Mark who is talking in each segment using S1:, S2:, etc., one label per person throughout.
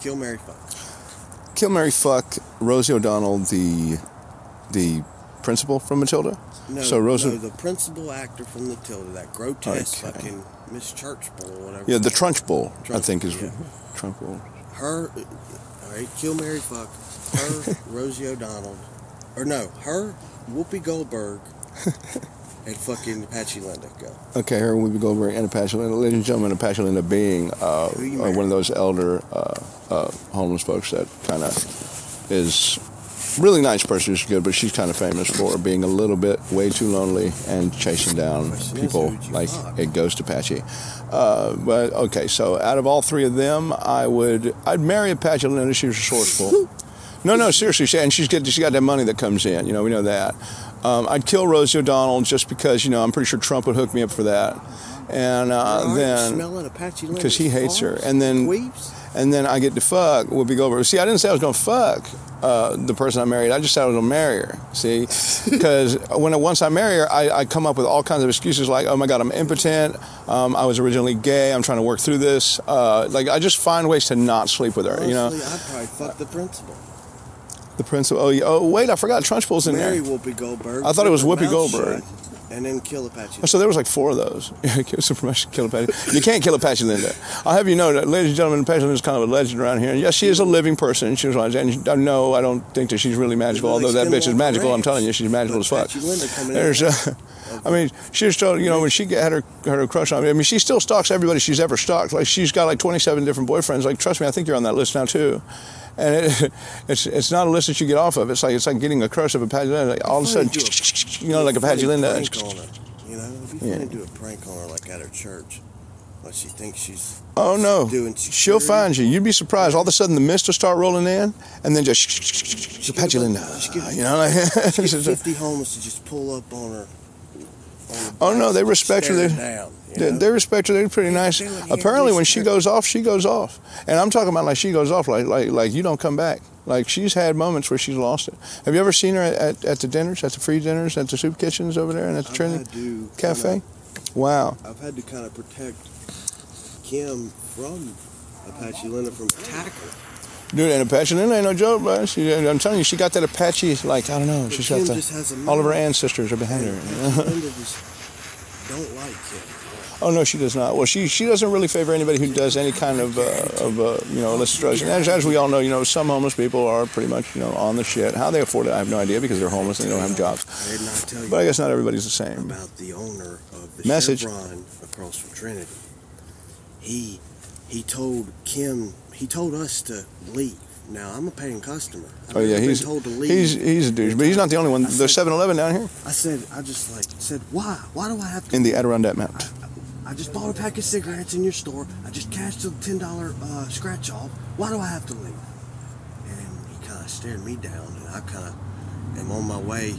S1: Kill Mary Fuck.
S2: Kill Mary Fuck Rosie O'Donnell, the the principal from Matilda.
S1: No,
S2: so Rosie,
S1: no, the principal actor from Matilda, that grotesque
S2: Okay.
S1: fucking Miss Churchbull or whatever.
S2: yeah, the Trunch Bowl, I
S1: Trunch,
S2: think is
S1: yeah.
S2: Trunch Bowl.
S1: her, all right, Kill Mary Fuck, her Rosie O'Donnell, or no, her Whoopi Goldberg, and fucking Patsy Linda go.
S2: Okay, here we go over Anna Pasolini. Ladies and gentlemen, Anna Pasolini being uh,
S1: Who you
S2: uh, one
S1: married?
S2: of those elder uh, uh, homeless folks that kind of is really nice person. She's good, but she's kind of famous for being a little bit way too lonely and chasing down
S1: Question is,
S2: people
S1: who'd you
S2: like
S1: fuck?
S2: it goes to Apache. Uh, but okay, so out of all three of them, I would I'd marry Pasolini. She's resourceful. no, no, seriously, she, and she's good. She got that money that comes in. You know, we know that. Um, I'd kill Rosie O'Donnell just because you know I'm pretty sure Trump would hook me up for that, and uh,
S1: All right,
S2: then
S1: smelling Apache Linda
S2: 'cause he hates her, and then-
S1: Weeps.
S2: and then I get to fuck Whoopi Goldberg. See, I didn't say I was gonna fuck uh, the person I married. I just said I was gonna marry her. See, because when I- once I marry her, I, I come up with all kinds of excuses like, oh my god, I'm impotent. Um, I was originally gay. I'm trying to work through this. Uh, like I just find ways to not sleep with her.
S1: Honestly,
S2: you know,
S1: I'd probably fuck the principal.
S2: the principal. Oh, yeah, oh wait, I forgot Trunchbull's in
S1: Mary
S2: there.
S1: Whoopi Goldberg.
S2: I thought it was
S1: with her
S2: Whoopi
S1: mouth
S2: Goldberg.
S1: shut, and then kill Apache.
S2: So there was like four of those. Give some permission, kill Apache. You can't kill Apache Linda. I'll have you know that, ladies and gentlemen, Apache Linda is kind of a legend around here. And yes, she is a living person. She was, and I know I don't think that she's really magical,
S1: Well, they
S2: although that
S1: spin
S2: bitch is
S1: along the
S2: magical. I'm
S1: ranks.
S2: telling you, she's
S1: But
S2: magical as fuck.
S1: Apache Linda coming in
S2: There's,
S1: and
S2: uh, I mean, she was still, you know, when she had her her crush on me. I mean, she still stalks everybody she's ever stalked. Like she's got like 27 different boyfriends. Like trust me, I think you're on that list now too. And it, it's it's not a list that you get off of. It's like it's like getting a crush of Apache Linda. Like, all of a
S1: Funny
S2: sudden,
S1: to do a-
S2: you know, like
S1: do
S2: Apache
S1: funny
S2: Linda.
S1: Prank on her, you know, if you
S2: Yeah.
S1: going to do a prank on her like at her church, like she thinks she's
S2: Oh no,
S1: doing
S2: she'll
S1: security.
S2: find you. You'd be surprised. All of a sudden, the mist will start rolling in, and then just sh- sh- sh- sh- sh- Apache
S1: get a-
S2: Linda.
S1: she get a-
S2: You know, like,
S1: Get 50 homeless to just pull up on her. on the
S2: Oh, no,
S1: back
S2: they
S1: and
S2: respect her.
S1: stare
S2: They-
S1: down. you
S2: they,
S1: know?
S2: they respect her. They're pretty nice.
S1: They're like, yeah,
S2: Apparently, when she
S1: respect.
S2: goes off, she goes off. And I'm talking about like she goes off, like like like you don't come back. Like she's had moments where she's lost it. Have you ever seen her at, at the dinners, at the free dinners, at the soup kitchens over there, and at the
S1: I've
S2: Trinity
S1: had to
S2: Cafe?
S1: kinda-
S2: Wow.
S1: I've had to kind of protect Kim from Apache Linda from tackle.
S2: Dude, and Apache Linda ain't no joke, bro. She, I'm telling you, she got that Apache, like, I don't know,
S1: But
S2: she's
S1: Kim
S2: got
S1: just has a
S2: the, all of her
S1: mind.
S2: ancestors are behind
S1: And
S2: her.
S1: Apache Linda just don't like Kim.
S2: Oh no, she does not. Well, she she doesn't really favor anybody who does any kind of uh, of uh, you know illicit drugs. And as, as we all know, you know some homeless people are pretty much you know on the shit. How they afford it, I have no idea because they're homeless and they don't have jobs.
S1: I did not tell you.
S2: But I guess not everybody's the same.
S1: about the owner of the
S2: Message.
S1: Chevron across from Trinity. He he told Kim he told us to leave. Now I'm a paying customer. I've
S2: Oh yeah,
S1: never been
S2: he's
S1: told to leave.
S2: he's he's a douche, but he's not the only one.
S1: I
S2: There's
S1: said-
S2: 7-Eleven down here
S1: I said I just like said why why do I have to?
S2: in the Adirondack Mountains.
S1: I just bought a pack of cigarettes in your store. I just cashed a ten dollar uh, scratch off. Why do I have to leave? And he kind of stared me down, and I kind of am on my way,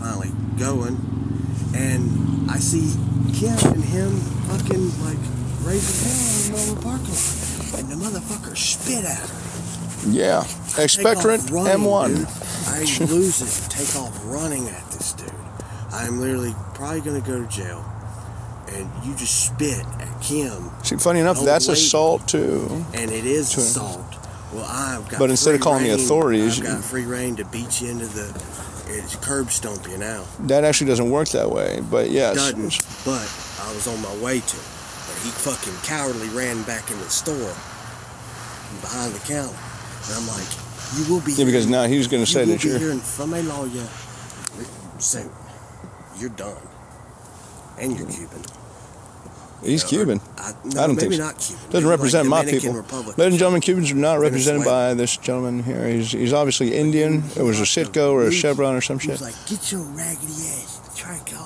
S1: finally going, and I see Kim and him fucking like raising hell in the middle of the parking lot, and the motherfucker spit at her.
S2: Yeah,
S1: Take off
S2: expectorant
S1: running,
S2: M1.
S1: dude. I lose it. Take off running at this dude. I'm literally probably gonna go to jail. And you just spit at Kim,
S2: See, funny enough,
S1: Oh,
S2: that's
S1: lady.
S2: assault too.
S1: and it is
S2: Sure.
S1: assault. Well, I've got.
S2: But instead of
S1: free
S2: calling the
S1: rein-
S2: authorities,
S1: I've
S2: you-
S1: got free reign to beat you into the. It's curb stomp you now.
S2: That actually doesn't work that way. But yes,
S1: Doesn't. But I was on my way to. it. But he fucking cowardly ran back in the store, behind the counter, and I'm like, "You will be."
S2: yeah, because now he's going to say
S1: you will
S2: that
S1: be
S2: you're.
S1: hearing from a lawyer soon. You're done, and you're Cuban.
S2: He's
S1: Or-
S2: Cuban.
S1: I,
S2: Mm-hmm. don't
S1: no,
S2: think
S1: maybe
S2: so.
S1: not Cuban.
S2: Doesn't
S1: Maybe
S2: represent
S1: like
S2: my
S1: Dominican
S2: people.
S1: Republic.
S2: Ladies and gentlemen, Cubans are not represented
S1: Venezuela.
S2: by this gentleman here. He's, he's obviously Indian. It was a Sitco or a
S1: He-
S2: Chevron or some
S1: he was
S2: shit.
S1: like, get your raggedy ass, try to call.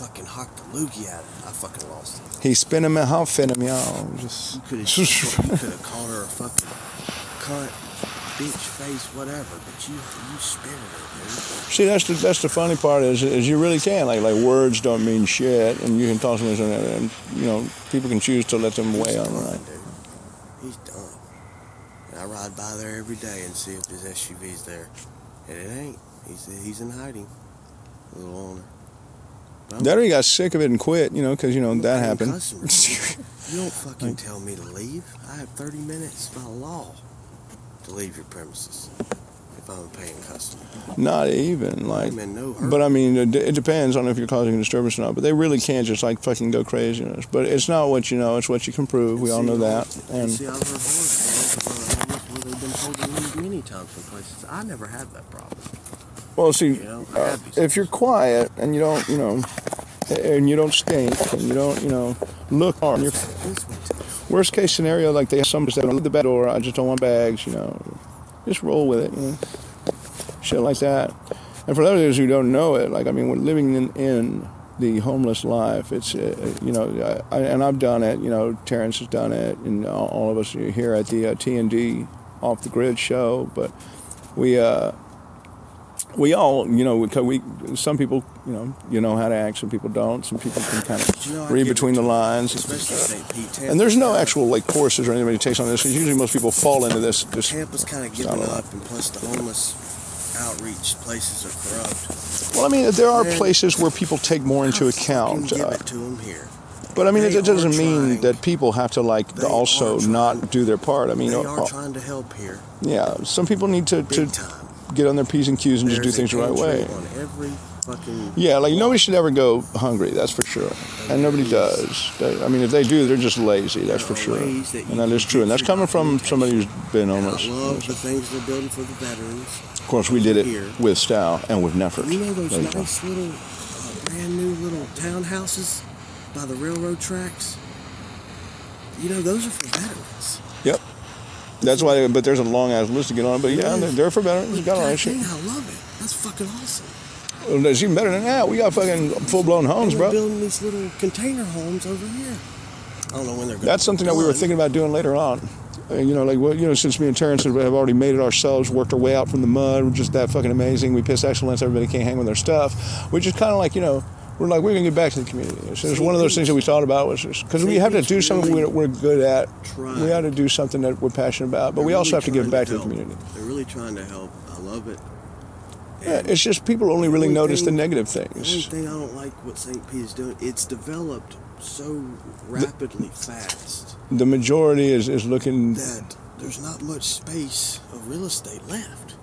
S1: Fucking hocked the loogie at her. I fucking lost it.
S2: He spin him and how fin him, y'all. Just.
S1: You could have called her a fucking cunt, bitch face, whatever, but you you spit at her, dude.
S2: See, that's the that's the funny part is is you really can like like words don't mean shit, and you can talk to them and you know people can choose to let them weigh
S1: He's
S2: on
S1: done,
S2: right.
S1: dude. He's done. And I ride by there every day and see if his SUV's there, and it ain't. He's he's in hiding. Little owner.
S2: That or he got sick of it and quit, you know, because, you know, that
S1: paying
S2: happened.
S1: customers. You don't fucking tell me to leave. I have 30 minutes by law to leave your premises if I'm a paying customer.
S2: Not even, like.
S1: I'm in no hurry.
S2: But I mean, it, it depends on if you're causing a disturbance or not. But they really can't just like fucking go crazy on us. But it's not what you know; it's what you can prove. We all know that.
S1: And
S2: And
S1: see, I've heard horrors about how much where they've been told to leave many times from places. I never had that problem.
S2: well, see,
S1: You know,
S2: uh, if you're quiet and you don't, you know, and you don't stink and you don't, you know, look hard. Your
S1: This one too.
S2: worst case scenario, like they have some that leave the back door. I just don't want bags. You know, just roll with it. You know, shit like that. And for those of us who don't know it, like I mean, we're living in, in the homeless life. It's uh, you know, I, I- and I've done it. You know, Terrence has done it, and all- all of us here at the uh, T and D off the grid show. But we uh, we all you know we, we some people you know you know how to act, some people don't. Some people can kind of
S1: You know, I
S2: read
S1: give it
S2: between the
S1: to-
S2: lines.
S1: Especially St. Pete. Tampa.
S2: And there's no actual like courses or anybody takes on this. 'cause Usually most people fall into this. Just,
S1: Tampa's kind of
S2: not
S1: giving
S2: a lot.
S1: up, and plus the homeless outreach places are corrupt.
S2: well, I mean, there are
S1: Man.
S2: places where people take more into
S1: You
S2: account.
S1: give
S2: Uh,
S1: it to 'em here.
S2: but I mean, it,
S1: They
S2: it doesn't
S1: are
S2: mean
S1: trying.
S2: that people have to like
S1: They
S2: also
S1: are trying.
S2: not do their part. I mean,
S1: They
S2: uh,
S1: are
S2: uh,
S1: trying to help here,
S2: yeah, some people need to,
S1: big
S2: to
S1: time.
S2: get on their p's and q's and just do
S1: There's a
S2: things the right
S1: country
S2: way.
S1: On every fucking
S2: Yeah, like nobody should ever go hungry. That's for sure, and nobody does. They- I mean, if they do, they're just lazy. That's for
S1: There are
S2: sure,
S1: ways that you
S2: and that
S1: can
S2: is true. And
S1: get
S2: that's
S1: your
S2: coming from somebody who's been
S1: And I
S2: homeless.
S1: love the things they're building for the veterans.
S2: Of course, we did
S1: here.
S2: it with style and with Neffert.
S1: You know those
S2: There you go.
S1: nice little, uh, brand new little townhouses by the railroad tracks. You know those are for veterans.
S2: Yep. That's why, but there's a long ass list to get on. But yeah, they're, they're for veterans. We got a lot of shit.
S1: Goddamn, I love it. That's fucking awesome.
S2: Well, It's even better than that. We got fucking full blown homes,
S1: they're
S2: bro.
S1: building these little container homes over here. I don't know when they're going.
S2: That's something that we were thinking about doing later on. Uh, you know, like well, you know, since me and Terrence have have already made it ourselves, worked our way out from the mud. We're just that fucking amazing. We piss excellence. Everybody can't hang with their stuff. We just kind of like you know. We're like we're gonna get back to the community. So it's one of those things that we thought about was because we have to do something we're, we're good at.
S1: Trying.
S2: We have to do something that we're passionate about, but we also have to give back to the community.
S1: They're really trying to help. I love it.
S2: Yeah, it's just people only really
S1: only
S2: notice the
S1: thing-
S2: negative
S1: The only
S2: things.
S1: thing I don't like what St. Pete is doing, it's developed so rapidly fast
S2: The majority is, is looking.
S1: that there's not much space of real estate left.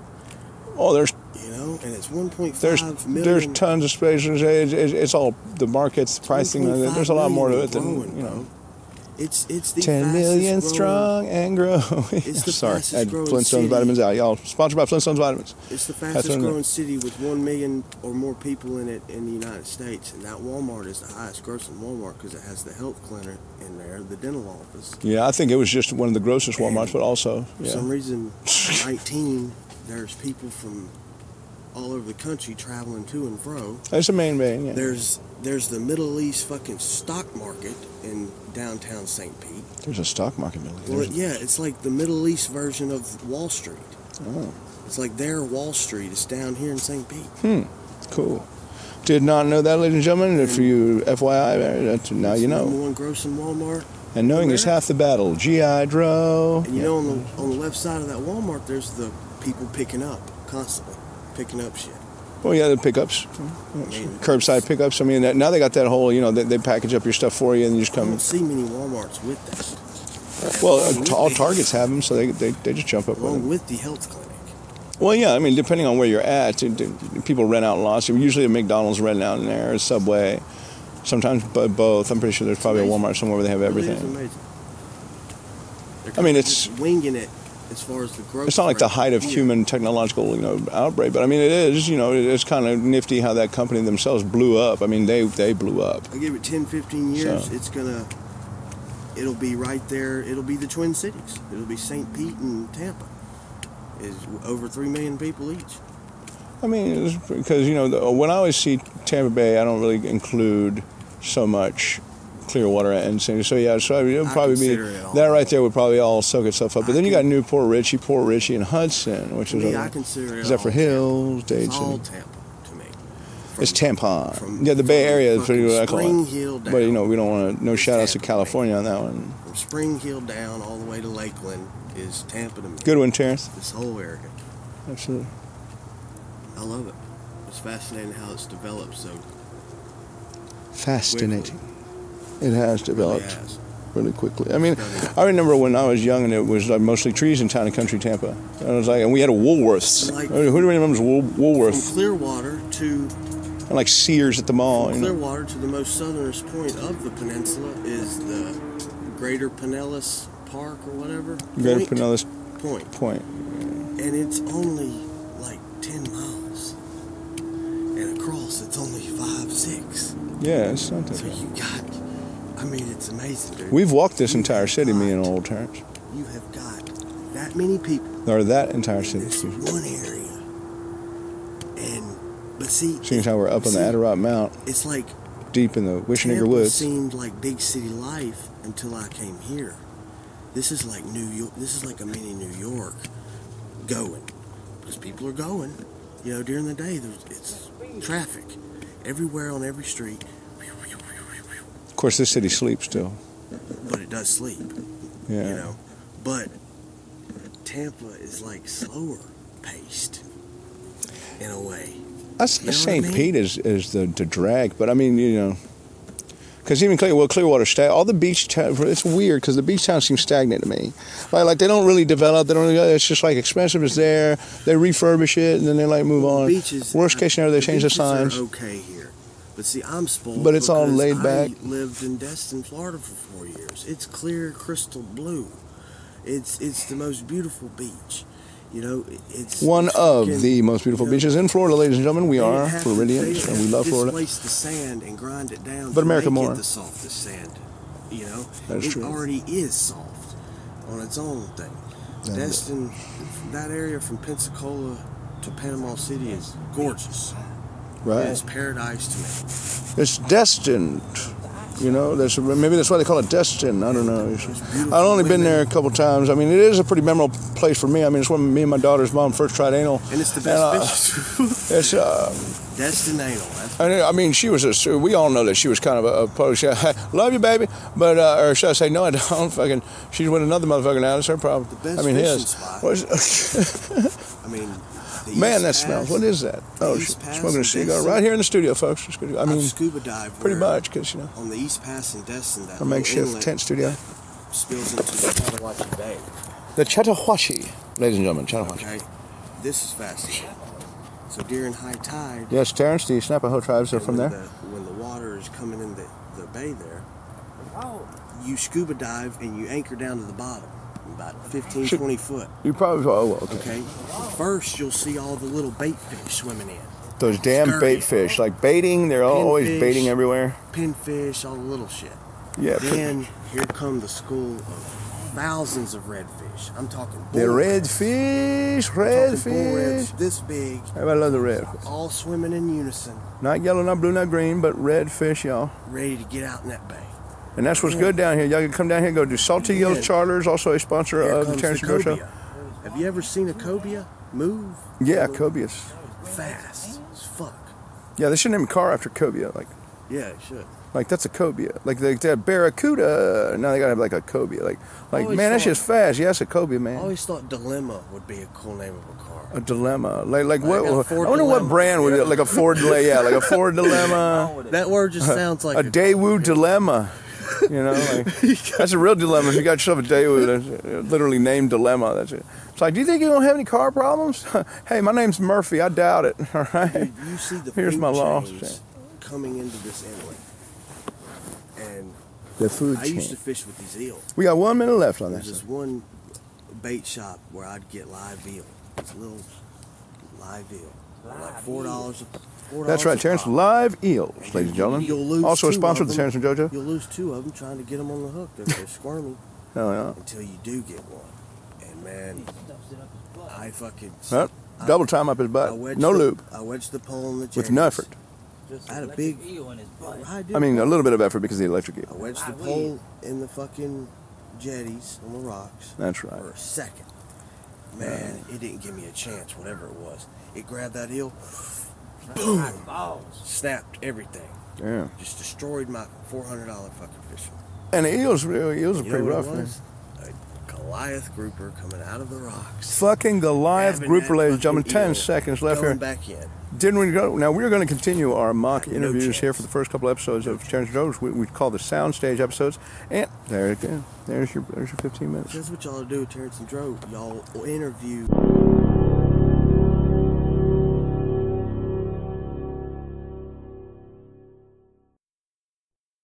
S2: Oh, there's
S1: You know, and it's 1.5
S2: there's
S1: million-
S2: there's tons of spaces. It's, it's, it's all the markets, pricing.
S1: 1.5
S2: There's a lot more to
S1: million
S2: it than
S1: growing,
S2: you know.
S1: bro. It's it's the
S2: Ten
S1: fastest
S2: million
S1: growing-
S2: strong and growing.
S1: It's the
S2: Sorry,
S1: fastest
S2: I had
S1: growing
S2: Flintstones
S1: city.
S2: vitamins out. Y'all sponsored by Flintstones vitamins.
S1: It's the
S2: what I
S1: fastest
S2: meant.
S1: growing city with one million or more people in it in the United States, and that Walmart is the highest grossing Walmart because it has the health clinic in there, the dental office.
S2: Yeah, I think it was just one of the grossest WalMarts, but also
S1: For
S2: yeah.
S1: some reason, 19, there's people from all over the country traveling to and fro.
S2: It's the main vein. Yeah.
S1: There's there's the Middle East fucking stock market in downtown St. Pete.
S2: There's a stock market. Millie.
S1: Well,
S2: There's-
S1: yeah, it's like the Middle East version of Wall Street.
S2: Oh.
S1: It's like their Wall Street is down here in St. Pete.
S2: Cool. Did not know that, ladies and gentlemen. If you FYI, that's- now
S1: It's
S2: you
S1: the
S2: know.
S1: Number one grossing Walmart.
S2: And knowing is
S1: America.
S2: half the battle. G.I. Joe.
S1: And you know, on the on the left side of that Walmart, there's the people picking up constantly, picking up shit.
S2: Well, yeah, the pickups,
S1: I mean,
S2: curbside pickups. I mean, that, now they got that whole, you know, they, they package up your stuff for you and you just
S1: I don't
S2: come.
S1: see many Walmarts with that.
S2: Well, uh, t- all Targets have them, so they, they, they just jump up with
S1: Along
S2: them.
S1: with the health clinic.
S2: Well, yeah, I mean, depending on where you're at, it- it- people rent out lots. Usually a McDonald's renting out in there, a Subway, sometimes bo- both. I'm pretty sure there's probably a
S1: amazing.
S2: Walmart somewhere where they have
S1: It really is
S2: everything.
S1: amazing. They're
S2: I mean,
S1: kinda
S2: it's-
S1: just winging it as far as the growth.
S2: It's not like the
S1: rate
S2: height of
S1: here.
S2: human technological, you know, outbreak, but I mean, it is, you know, it- it's kind of nifty how that company themselves blew up. I mean, they, they blew up.
S1: I give it 10, 15 years.
S2: So.
S1: It's gonna. It'll be right there. It'll be the Twin Cities. It'll be St. Pete and Tampa. Is over three million people each.
S2: I mean, it's because you know the, when I always see Tampa Bay, I don't really include so much Clearwater and San. So yeah, so I mean, it would
S1: I
S2: probably be
S1: consider it all.
S2: that right there would probably all soak itself up. But
S1: I
S2: then you got
S1: can-
S2: Newport Richie, Port Richie, and Hudson, which
S1: To
S2: is
S1: me,
S2: over-
S1: I consider it
S2: is that for
S1: all
S2: Hills,
S1: Tampa.
S2: Dade
S1: It's all
S2: City?
S1: Tampa to me.
S2: It's
S1: From-
S2: Tampa.
S1: from-
S2: yeah, the Bay
S1: from
S2: Area is pretty
S1: fucking
S2: what I call
S1: Spring
S2: it.
S1: Hill down.
S2: But you know, we don't want to no
S1: It's
S2: shout outs to
S1: Tampa Bay.
S2: California on that one.
S1: From Spring Hill down all the way to Lakeland is Tampa to me.
S2: Good one, Terrence.
S1: This whole area.
S2: Absolutely.
S1: I love it. It's fascinating how it's developed so
S2: fascinating. It has developed
S1: has.
S2: really quickly. I mean, I remember when I was young and it was like mostly trees in town and country Tampa. And I was like, and we had a Woolworths.
S1: Like-
S2: Who remembers Wool, Woolworth?
S1: From Clearwater to
S2: And like Sears at the mall. You know?
S1: Clearwater to the most southernest point of the peninsula is the Greater Pinellas Park or whatever.
S2: Greater
S1: point.
S2: Pinellas
S1: Point.
S2: Point.
S1: and it's only like 10 miles and across it's only five six
S2: Yeah, it's not that
S1: so
S2: bad.
S1: you got i mean it's amazing dude
S2: We've walked this entire city, me and old Terrence.
S1: you have got that many people
S2: Or that entire
S1: in
S2: city.
S1: this
S2: excuse me.
S1: one area and but see
S2: Seeing as how we're up on
S1: see,
S2: the Adirondack Mount,
S1: it's like
S2: deep in the Wishnigger
S1: Tampa
S2: Woods.
S1: seemed like big city life until i came here this is like new york this is like a mini new york going because people are going you know during the day there's it's traffic everywhere on every street
S2: Of course, this city sleeps still.
S1: but it does sleep
S2: Yeah.
S1: you know but tampa is like slower paced in a way
S2: That's
S1: You know what I
S2: St.
S1: mean?
S2: Pete is, is the, the drag, but I mean, you know, because even Clear, well, Clearwater State, all the beach towns, it's weird because the beach towns seem stagnant to me. Like, like they don't really develop. They don't. Really, it's just like expensive is there. They refurbish it and then they like move on.
S1: beaches
S2: Worst case scenario, they change the
S1: beaches are
S2: signs.
S1: okay here but see i'm spoiled
S2: But it's all
S1: because
S2: laid
S1: I
S2: back.
S1: lived in destin florida for four years it's clear crystal blue it's it's the most beautiful beach you know it's
S2: One
S1: it's
S2: of
S1: freaking-
S2: the most beautiful
S1: you know,
S2: beaches in Florida, ladies and gentlemen. We
S1: they
S2: are
S1: didn't have to- they
S2: Floridians
S1: didn't
S2: and
S1: have
S2: we
S1: to
S2: love Florida.
S1: Displace the sand and grind it down.
S2: But
S1: to
S2: America
S1: make it
S2: more.
S1: the softest sand, you know.
S2: That is
S1: it
S2: true.
S1: already is soft on its own thing.
S2: Yeah.
S1: Destin, that area from Pensacola to Panama City is gorgeous.
S2: Right.
S1: It's paradise to me.
S2: It's destined. You know, that's maybe that's why they call it destined. I don't know. I've only been there a couple times. I mean, it is a pretty memorable place for me. I mean, it's when me and my daughter's mom first tried anal.
S1: And it's the
S2: uh,
S1: best beach.
S2: It's, uh,
S1: Destin anal. That's
S2: I mean- I mean, she was a. We all know that she was kind of a, a post. Yeah, love you, baby, but uh, or should I say no? I don't. Fucking, she's with another motherfucker now. That's her problem.
S1: The best
S2: I mean,
S1: fishing
S2: his.
S1: spot.
S2: Was,
S1: I mean. The
S2: man,
S1: East
S2: that
S1: Pass,
S2: smells. What is that? Oh,
S1: East
S2: she's
S1: Pass
S2: smoking a
S1: and
S2: cigar
S1: Destin.
S2: right here in the studio, folks. It's good. I
S1: I've
S2: mean,
S1: scuba dive
S2: pretty
S1: where
S2: much because you know
S1: on the East Pass and Destin. That
S2: a
S1: little
S2: makeshift
S1: inlet
S2: tent studio.
S1: spills into the Chattahoochee Bay.
S2: The Chattahoochee, ladies and gentlemen, Chattahoochee.
S1: Okay, this is fascinating. So during high tide,
S2: Yes, Terrence, the Snappahoe tribes are
S1: and
S2: from
S1: when
S2: there.
S1: The, when the water is coming in the, the bay there, you scuba dive and you anchor down to the bottom, about 15,
S2: Shoot.
S1: 20 foot.
S2: You probably oh well, okay.
S1: Okay, first you'll see all the little bait fish swimming in,
S2: Those damn
S1: Scurvy.
S2: bait fish, like baiting, they're all always
S1: Pinfish.
S2: baiting everywhere.
S1: pinfish, all the little shit.
S2: Yeah, but
S1: Then here come the school of thousands of redfish. I'm talking
S2: the
S1: bull-
S2: red fish,
S1: I'm talking
S2: red
S1: bull
S2: fish.
S1: reds this big,
S2: Everybody love the red.
S1: all swimming in unison,
S2: Not yellow, not blue, not green, but red fish, y'all.
S1: ready to get out in that bay.
S2: And that's what's
S1: Yeah.
S2: good down here. Y'all can come down here and go do Saltillo
S1: Yeah.
S2: Charters, also a sponsor
S1: Here
S2: of Uh, the
S1: comes
S2: Terrence
S1: the
S2: Shore Show.
S1: cobia. Have you ever seen a cobia move?
S2: Yeah, Cobius.
S1: Fast as fuck.
S2: Yeah, they should name a car after Cobia. Like,
S1: Yeah, it should.
S2: Like that's a cobia. Like they, they have barracuda. Now they gotta have like a cobia. Like like
S1: Always
S2: man, that's
S1: thought-
S2: just fast. Yeah, that's a cobia,
S1: I
S2: man.
S1: always thought dilemma would be a cool name of a car.
S2: a dilemma. Like like
S1: I
S2: what?
S1: got a
S2: I
S1: Ford
S2: wonder what
S1: dilemma.
S2: brand would it? Like a Ford. yeah, like a Ford dilemma.
S1: That word just sounds like
S2: a Daewoo dilemma. You know, like, that's a real dilemma. If you got yourself a Daewoo, that's a- literally named dilemma. That's it. It's like, do you think you're gonna have any car problems? hey, my name's Murphy. I doubt it. All right.
S1: Dude, you see the
S2: Here's
S1: food
S2: my loss.
S1: chains coming into this inlet. And
S2: The food
S1: I used to
S2: chain.
S1: fish with these eels.
S2: We got one minute left on
S1: There's
S2: this.
S1: this one bait shop where I'd get live eel. It's a little live eel. Like four dollars a
S2: That's right, Terrence.
S1: pop.
S2: Live eels, ladies and
S1: You'll
S2: gentlemen.
S1: lose
S2: Also a
S1: two
S2: sponsor
S1: of
S2: of the
S1: them.
S2: Terrence and JoJo.
S1: You'll lose two of them trying to get them on the hook. They're, they're squirming
S2: Oh yeah.
S1: until you do get one. And man, I fucking
S2: Well,
S1: Uh,
S2: double time up his
S1: I
S2: butt.
S1: wedged
S2: Uh, No
S1: the,
S2: loop
S1: I wedged the pole in the Jacobs.
S2: with Nufford.
S3: Just
S1: I had a
S3: electric
S1: big-
S3: eel in his butt.
S1: I, did.
S2: I mean, a little bit of effort because of the electric
S1: I
S2: eel.
S1: wedged the
S3: I
S1: pole in the fucking jetties on the rocks
S2: That's right.
S1: for a second. Man, it didn't give me a chance. Whatever it was, it grabbed that eel,
S3: Boom. Balls.
S1: snapped everything,
S2: Yeah.
S1: just destroyed my four hundred dollar fucking fish.
S2: And the eels, really, eels are
S1: You know
S2: pretty
S1: what
S2: rough.
S1: it
S2: man.
S1: was? A Goliath grouper coming out of the rocks.
S2: Fucking Goliath
S1: Grabbing
S2: grouper,
S1: that
S2: ladies and gentlemen.
S1: fucking
S2: Ten
S1: eel,
S2: seconds left
S1: going
S2: here.
S1: back in.
S2: Didn't we go? Now we're going to continue our mock
S1: No
S2: interviews here
S1: chance.
S2: for the first couple episodes of Terrence Jones. We, we call the soundstage episodes. And there it goes. There's your there's your 15 minutes.
S1: That's what y'all do, Terrence and Dro. Y'all interview.